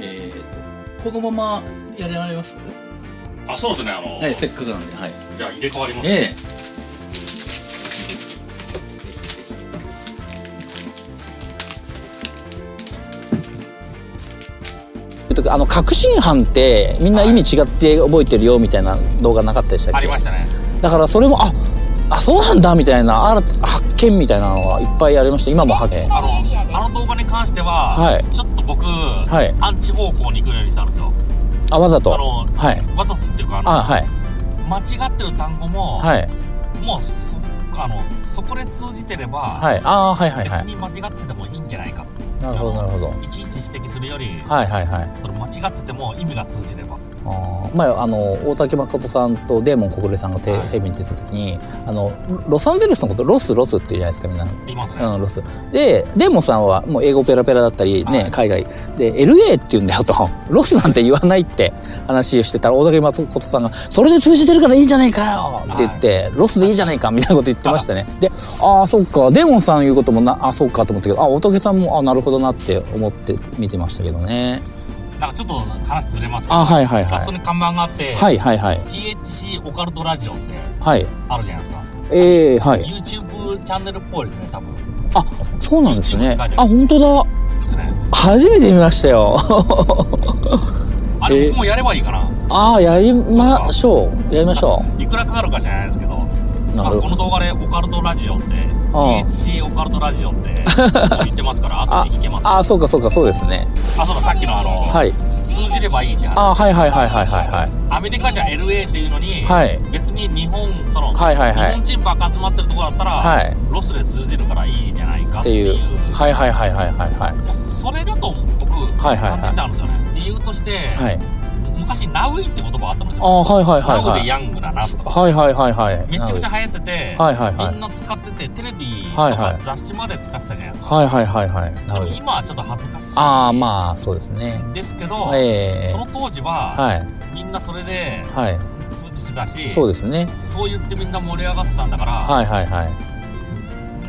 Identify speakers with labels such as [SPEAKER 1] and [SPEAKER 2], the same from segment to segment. [SPEAKER 1] えーとこのままやられます
[SPEAKER 2] あそうですねあの、
[SPEAKER 1] はいせっかくなんではい
[SPEAKER 2] じゃあ入れ替わりますね
[SPEAKER 1] ええ
[SPEAKER 3] あの確信犯ってみんな意味違って覚えてるよみたいな動画なかったでした
[SPEAKER 2] あ
[SPEAKER 3] っ
[SPEAKER 2] り
[SPEAKER 3] け
[SPEAKER 2] ましたね
[SPEAKER 3] だからそれもああそうなんだみたいな新た発見みたいなのはいっぱいありました今も発見
[SPEAKER 2] あのあの動画に関しては、
[SPEAKER 3] はい
[SPEAKER 2] ちょっと僕、
[SPEAKER 3] い
[SPEAKER 2] アンチ方向に行くようにしたんですよ
[SPEAKER 3] あわざと
[SPEAKER 2] あの
[SPEAKER 3] はい
[SPEAKER 2] わざとっていうかあの
[SPEAKER 3] あはい
[SPEAKER 2] 間違ってる単語も、
[SPEAKER 3] はい
[SPEAKER 2] もうそあのそこで通じてれば、
[SPEAKER 3] はいあーはいはいは
[SPEAKER 2] 別
[SPEAKER 3] い
[SPEAKER 2] に間違っててもいいんじゃないか
[SPEAKER 3] なるほどなるほど
[SPEAKER 2] いちいち指摘するより、
[SPEAKER 3] はいはいはい
[SPEAKER 2] それ間違ってても意味が通じれば
[SPEAKER 3] あー前あの大竹誠さんとデーモン小暮さんがテ
[SPEAKER 2] はい
[SPEAKER 3] テレビに出た時にあのロサンゼルスのことロスロスって言うじゃないですかみんな
[SPEAKER 2] 言いますね、
[SPEAKER 3] うん、ロスでデーモンさんはもう英語ペラペラだったりね、
[SPEAKER 2] はい
[SPEAKER 3] 海外で LA って言うんだよと ロスなんて言わないって話をしてたら大竹誠さんが「それで通じてるからいいじゃないかよ」って言って「ロスでいいじゃないか」みたいなこと言ってましたねでああそっかデーモンさん言うこともなあそっかと思ったけどあ大竹さんもあなるほどなって思って見てましたけどね
[SPEAKER 2] なんかちょっと話ずれますけど
[SPEAKER 3] あはいはいは
[SPEAKER 2] あそこ
[SPEAKER 3] い
[SPEAKER 2] に看板があって、
[SPEAKER 3] はいはいはい
[SPEAKER 2] THC オカルトラジオって
[SPEAKER 3] はい
[SPEAKER 2] あるじゃないですか
[SPEAKER 3] ええはい。
[SPEAKER 2] YouTube チャンネルっぽいですね多分
[SPEAKER 3] あ、そうなんですね。あ、本当だ。
[SPEAKER 2] ですね
[SPEAKER 3] 初めて見ましたよ。
[SPEAKER 2] あ
[SPEAKER 3] え
[SPEAKER 2] れ
[SPEAKER 3] ー
[SPEAKER 2] 僕もやればいいかな、
[SPEAKER 3] ああ、やりましょう。やりましょ
[SPEAKER 2] いくらかかるかじゃないですけど
[SPEAKER 3] な
[SPEAKER 2] まあ、
[SPEAKER 3] るほど
[SPEAKER 2] この動画でオカルトラジオって
[SPEAKER 3] ああ
[SPEAKER 2] THC オカルトラジオって 言ってますから
[SPEAKER 3] う。あ
[SPEAKER 2] 後で聞けま、すあ
[SPEAKER 3] あそうか、そうか、そうですね。
[SPEAKER 2] そうださっきのあの、
[SPEAKER 3] はい。
[SPEAKER 2] 通じればいいって話
[SPEAKER 3] あ、はい、はい、はい、はい、はい、はい。
[SPEAKER 2] アメリカじゃ LA っていうのに、
[SPEAKER 3] はい
[SPEAKER 2] 別に日本その、
[SPEAKER 3] はいはいはい
[SPEAKER 2] 日本人ばっか集まってるところだったら、
[SPEAKER 3] はい
[SPEAKER 2] ロスで通じるからいいじゃないか
[SPEAKER 3] っ
[SPEAKER 2] っててい
[SPEAKER 3] いうう。はい、はい、はい、はい、はい、はい。
[SPEAKER 2] もうそれだと僕
[SPEAKER 3] はいはいはい
[SPEAKER 2] 感じてたんですよね、理由として、
[SPEAKER 3] はい。
[SPEAKER 2] 昔ナウイって言葉あったんです
[SPEAKER 3] あ、
[SPEAKER 2] よ
[SPEAKER 3] はい、はい、はい、
[SPEAKER 2] ナウ
[SPEAKER 3] は
[SPEAKER 2] で
[SPEAKER 3] い。
[SPEAKER 2] ヤングだなとか
[SPEAKER 3] はい、はい、はい、はい。
[SPEAKER 2] めちゃくちゃ流行ってて、
[SPEAKER 3] はいはいはい
[SPEAKER 2] みんな使っててテレビと
[SPEAKER 3] はいは
[SPEAKER 2] か
[SPEAKER 3] い
[SPEAKER 2] 雑誌まで使ってたじゃないですか、
[SPEAKER 3] はい、はい、はい、はい。なるほ
[SPEAKER 2] でも
[SPEAKER 3] ど。
[SPEAKER 2] 今はちょっと恥ずかしい
[SPEAKER 3] ああ、まあ、そうですね。
[SPEAKER 2] ですけど、
[SPEAKER 3] ええ
[SPEAKER 2] そ。の当時は、
[SPEAKER 3] はい。
[SPEAKER 2] みんなそれで
[SPEAKER 3] は
[SPEAKER 2] 通じてたし
[SPEAKER 3] い。そうですね。
[SPEAKER 2] そう言ってみんな盛り上がってたんだから、
[SPEAKER 3] はい、はい、はい。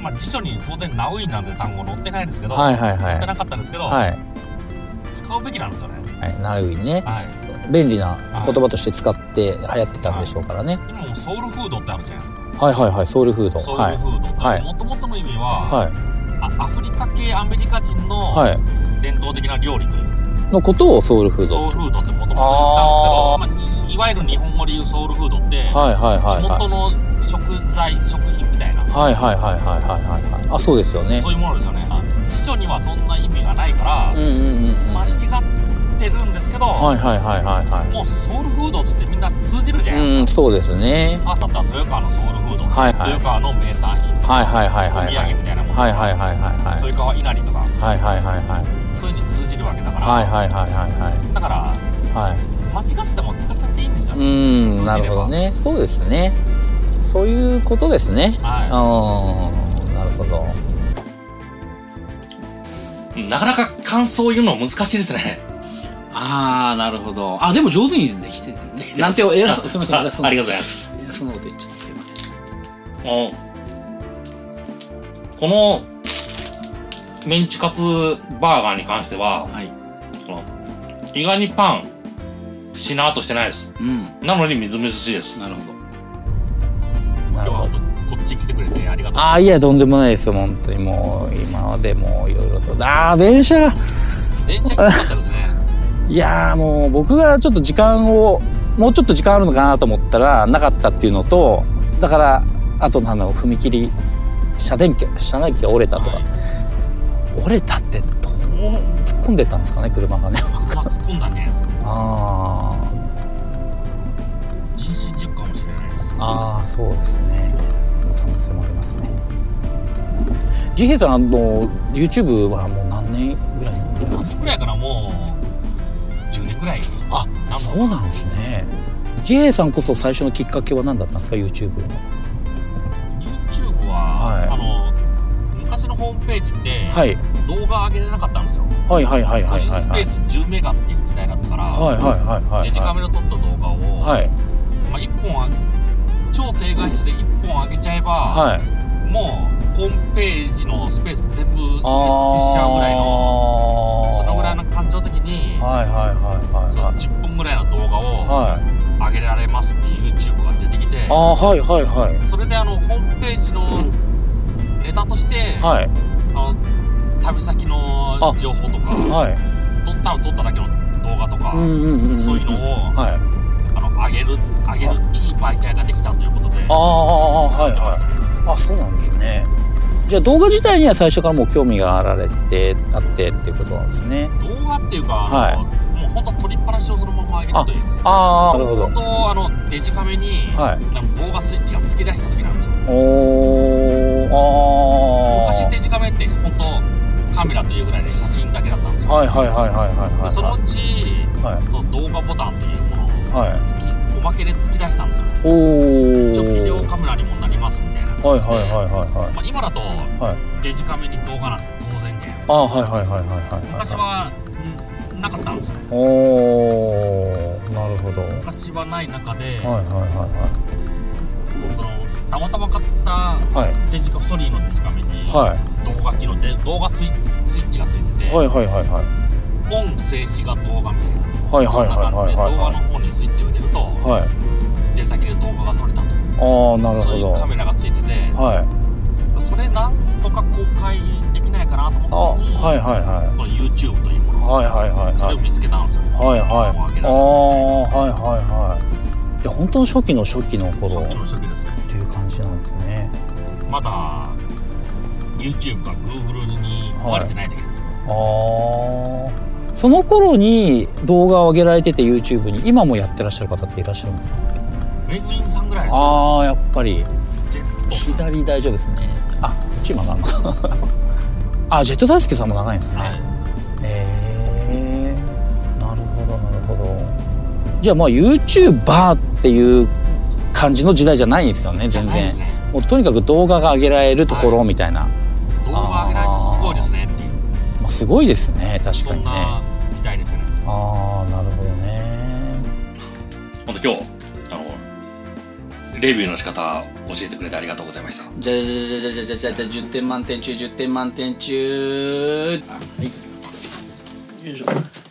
[SPEAKER 2] まあ、辞書に当然「ナウイ」なんて単語載ってないですけど、
[SPEAKER 3] はい、はい、は
[SPEAKER 2] 載って
[SPEAKER 3] い。
[SPEAKER 2] なかったんですけど、
[SPEAKER 3] はい。
[SPEAKER 2] 使うべきなんですよね、
[SPEAKER 3] はい、ナウイね。
[SPEAKER 2] はい、
[SPEAKER 3] 便利な言葉として使って流行ってたんでしょうからね。
[SPEAKER 2] でもソウルフードってあるじゃないですか
[SPEAKER 3] はいはいはい、ソウルフード。
[SPEAKER 2] ソ
[SPEAKER 3] は
[SPEAKER 2] ウル
[SPEAKER 3] い。
[SPEAKER 2] フードって、
[SPEAKER 3] はい
[SPEAKER 2] もともとの意味は、
[SPEAKER 3] はい。
[SPEAKER 2] あアフリカ系アメリカ人の
[SPEAKER 3] はい。
[SPEAKER 2] 伝統的な料理という、
[SPEAKER 3] のことをソウルフード。
[SPEAKER 2] ソウルフードってもともと言ったんですけど
[SPEAKER 3] あー
[SPEAKER 2] まあにいわゆる日本語で言うソウルフードって、
[SPEAKER 3] はいはいはい
[SPEAKER 2] 地
[SPEAKER 3] は
[SPEAKER 2] 元
[SPEAKER 3] い。
[SPEAKER 2] の食材食品みたいな、
[SPEAKER 3] はいはいはいはいはいはい。あ、そうですよね
[SPEAKER 2] そ。ういうものですよね辞書にはそんな意味がないから
[SPEAKER 3] うん、うんうんうん。
[SPEAKER 2] 間
[SPEAKER 3] はい
[SPEAKER 2] 違ってるんですけど、
[SPEAKER 3] はいはいはいは
[SPEAKER 2] もうソウルフードっつってみんな通じるじゃないですか、
[SPEAKER 3] い。うん、そうですね。
[SPEAKER 2] あったった豊川のソウルフード、
[SPEAKER 3] はいはい
[SPEAKER 2] 豊川の名産品、
[SPEAKER 3] はいはいはいはい。は
[SPEAKER 2] お土
[SPEAKER 3] い
[SPEAKER 2] 産みたいなもの、
[SPEAKER 3] はいはいはいはい。
[SPEAKER 2] 豊川稲荷とか
[SPEAKER 3] はいはいはいはい。
[SPEAKER 2] そういうのに通じるわけだから、
[SPEAKER 3] はいはいはいはい
[SPEAKER 2] だから
[SPEAKER 3] はい。はい。
[SPEAKER 2] 間違ってても使っちゃっていいんですよ、
[SPEAKER 3] うーん、なるほどね。そうですね。そういうことですね。はい。うん、なるほど。
[SPEAKER 2] うんなかなか感想を言うのは難しいですね
[SPEAKER 1] ああなるほどあでも上手にできてるねなんてえらそうすみません偉そう
[SPEAKER 2] ありがとうございます
[SPEAKER 1] 偉そうなこと言っちゃってすいません
[SPEAKER 2] もうこのメンチカツバーガーに関しては
[SPEAKER 1] はい
[SPEAKER 2] その意外にパンしなーっとしてないです
[SPEAKER 1] うん
[SPEAKER 2] なのにみずみずしいです
[SPEAKER 1] なるほど
[SPEAKER 3] な
[SPEAKER 2] 今
[SPEAKER 3] る
[SPEAKER 2] 日
[SPEAKER 3] ほ
[SPEAKER 2] は
[SPEAKER 3] ど。
[SPEAKER 2] こっち来てくれてありがとう
[SPEAKER 3] ああいやとんでもないです本当にもう今までもういろいろとああ電車が
[SPEAKER 2] 電車来なかったですね
[SPEAKER 3] いやーもう僕がちょっと時間をもうちょっと時間あるのかなと思ったらなかったっていうのとだからあとなんだろう踏切車電機車内機が折れたとか、
[SPEAKER 2] はい
[SPEAKER 3] 折れたってどう突っ込んでったんですかね車 がね
[SPEAKER 2] 車突っ込んだんじゃないですか
[SPEAKER 3] あ
[SPEAKER 2] 人身事故かもしれないです
[SPEAKER 3] あああそうですね可能性もありますねジヘイさんあの YouTube はもう何年ぐらいになります
[SPEAKER 2] 夏ぐらいからもう10年ぐらい
[SPEAKER 3] あ
[SPEAKER 2] なんだ
[SPEAKER 3] そうなんですね JA さんこそ最初のきっかけは何だったんですか YouTube の
[SPEAKER 2] YouTube
[SPEAKER 3] は
[SPEAKER 2] は、
[SPEAKER 3] い
[SPEAKER 2] あの昔のホームページって、
[SPEAKER 3] はい
[SPEAKER 2] 動画上げれなかったんですよ、
[SPEAKER 3] はいはいはいはいはい
[SPEAKER 2] 個人スペ
[SPEAKER 3] はい
[SPEAKER 2] ース10メガっていう時代だったから、
[SPEAKER 3] はいはいはいはい
[SPEAKER 2] デジカメで撮った動画を、
[SPEAKER 3] はい
[SPEAKER 2] まあ、1本あ超低画質で1本上げちゃえば、
[SPEAKER 3] はい
[SPEAKER 2] もうホームページのスペース全部埋め尽くしちゃうぐらいの
[SPEAKER 3] あー
[SPEAKER 2] そのぐらいの感情的にに、
[SPEAKER 3] はいはいはい
[SPEAKER 2] そ
[SPEAKER 3] は
[SPEAKER 2] の
[SPEAKER 3] い
[SPEAKER 2] 10分ぐらいの動画を
[SPEAKER 3] はい
[SPEAKER 2] 上げられますっていう YouTube が出てきて
[SPEAKER 3] ああはいはいはい
[SPEAKER 2] それであのホームページのネタとして、
[SPEAKER 3] はい
[SPEAKER 2] あの旅先の
[SPEAKER 3] あ
[SPEAKER 2] 情報とか
[SPEAKER 3] はい
[SPEAKER 2] 撮ったら撮っただけの動画とか、
[SPEAKER 3] うんうんうんうん
[SPEAKER 2] そういうのを、
[SPEAKER 3] はい
[SPEAKER 2] あの上げる上げるいい媒体ができたということで
[SPEAKER 3] ああああはい
[SPEAKER 2] 作ってま
[SPEAKER 3] は
[SPEAKER 2] す
[SPEAKER 3] いあそ
[SPEAKER 2] ね
[SPEAKER 3] うなんですねじゃあ動画自体には最初からもう興味があられてあってっていうことなんですね
[SPEAKER 2] 動画っていうか、
[SPEAKER 3] はい
[SPEAKER 2] あのもう本当撮りっぱなしをそのまま上げるという
[SPEAKER 3] ああなるほど
[SPEAKER 2] 本当あのデジカメに、
[SPEAKER 3] はい
[SPEAKER 2] あの動画スイッチが突き出した時なんですよ
[SPEAKER 3] おーあ
[SPEAKER 2] 昔
[SPEAKER 3] ー
[SPEAKER 2] デジカメって本当カメラというぐらいで写真だけだったんですよ、
[SPEAKER 3] はいはいはいはいはいはい
[SPEAKER 2] そのうち、
[SPEAKER 3] はい
[SPEAKER 2] と動画ボタンというものを
[SPEAKER 3] はい
[SPEAKER 2] 突き、おまけで突き出したんですよね
[SPEAKER 3] おお
[SPEAKER 2] 一応ビデオカメラにもなりますみたいな
[SPEAKER 3] はい
[SPEAKER 2] 感じ
[SPEAKER 3] は
[SPEAKER 2] で、
[SPEAKER 3] いはいはいはい
[SPEAKER 2] まあ、今だと、
[SPEAKER 3] い
[SPEAKER 2] デジカメに動画なんて当然じゃないですか
[SPEAKER 3] ああはいはいはいはいはいはい
[SPEAKER 2] 昔は、んなかったんですよね
[SPEAKER 3] おーなるほどはい
[SPEAKER 2] 昔はない中で、
[SPEAKER 3] はいは
[SPEAKER 2] そのたまたま買った
[SPEAKER 3] いはいはい
[SPEAKER 2] デジカソニーのデジカメに、
[SPEAKER 3] はい
[SPEAKER 2] 動画機能で動画スイスイッチがついてて、
[SPEAKER 3] はいはいはいはい
[SPEAKER 2] 音静止が動画みたいな
[SPEAKER 3] はいはい
[SPEAKER 2] そんな感
[SPEAKER 3] は
[SPEAKER 2] じ
[SPEAKER 3] い
[SPEAKER 2] で動画
[SPEAKER 3] は
[SPEAKER 2] の方にスイッチを入れると、
[SPEAKER 3] いはい
[SPEAKER 2] 出先で動画が撮れたと
[SPEAKER 3] ああなる
[SPEAKER 2] そう
[SPEAKER 3] ほ
[SPEAKER 2] い
[SPEAKER 3] ど
[SPEAKER 2] うカメラがついてて
[SPEAKER 3] はい
[SPEAKER 2] それなんとか公開できないかなと
[SPEAKER 3] あ
[SPEAKER 2] 思った時に、
[SPEAKER 3] はいはいはい
[SPEAKER 2] この YouTube というもの、
[SPEAKER 3] はいはいはいは
[SPEAKER 2] それ
[SPEAKER 3] い
[SPEAKER 2] を見つけたんですよ
[SPEAKER 3] はいはいああはいはいはいいや本当の初期の初期の頃
[SPEAKER 2] 初期
[SPEAKER 3] っ
[SPEAKER 2] の初期ですね
[SPEAKER 3] ていう感じなんですね
[SPEAKER 2] まだ YouTube が Google に追われてないだけですよ、
[SPEAKER 3] ああその頃に動画を上げられてて YouTube に今もやってらっしゃる方っていらっしゃるんですか
[SPEAKER 2] メグリンさんぐらいですよ
[SPEAKER 3] ああやっぱり
[SPEAKER 2] ジェットさん
[SPEAKER 3] 左大丈夫ですねあこっち今なんかあジェット大好きさんも長いんですね、
[SPEAKER 2] はい
[SPEAKER 3] へえなるほどなるほどじゃあまあ YouTuber っていう感じの時代じゃないんですよね全
[SPEAKER 2] ないで
[SPEAKER 3] 然
[SPEAKER 2] すね
[SPEAKER 3] もうとにかく動画が上げられるところみたいな、
[SPEAKER 2] 動画上げられてすごいですねっていう
[SPEAKER 3] まあ、すごいですね確
[SPEAKER 2] そ
[SPEAKER 3] かに
[SPEAKER 2] ん
[SPEAKER 3] ね
[SPEAKER 2] な時代ですね
[SPEAKER 3] ああなるほどね
[SPEAKER 4] ほんと今日、あの、レビューの仕方教えてくれてありがとうございました。
[SPEAKER 5] じゃじゃじゃじゃじゃじゃじゃじゃ10点満点中10点満点中はいよいしょ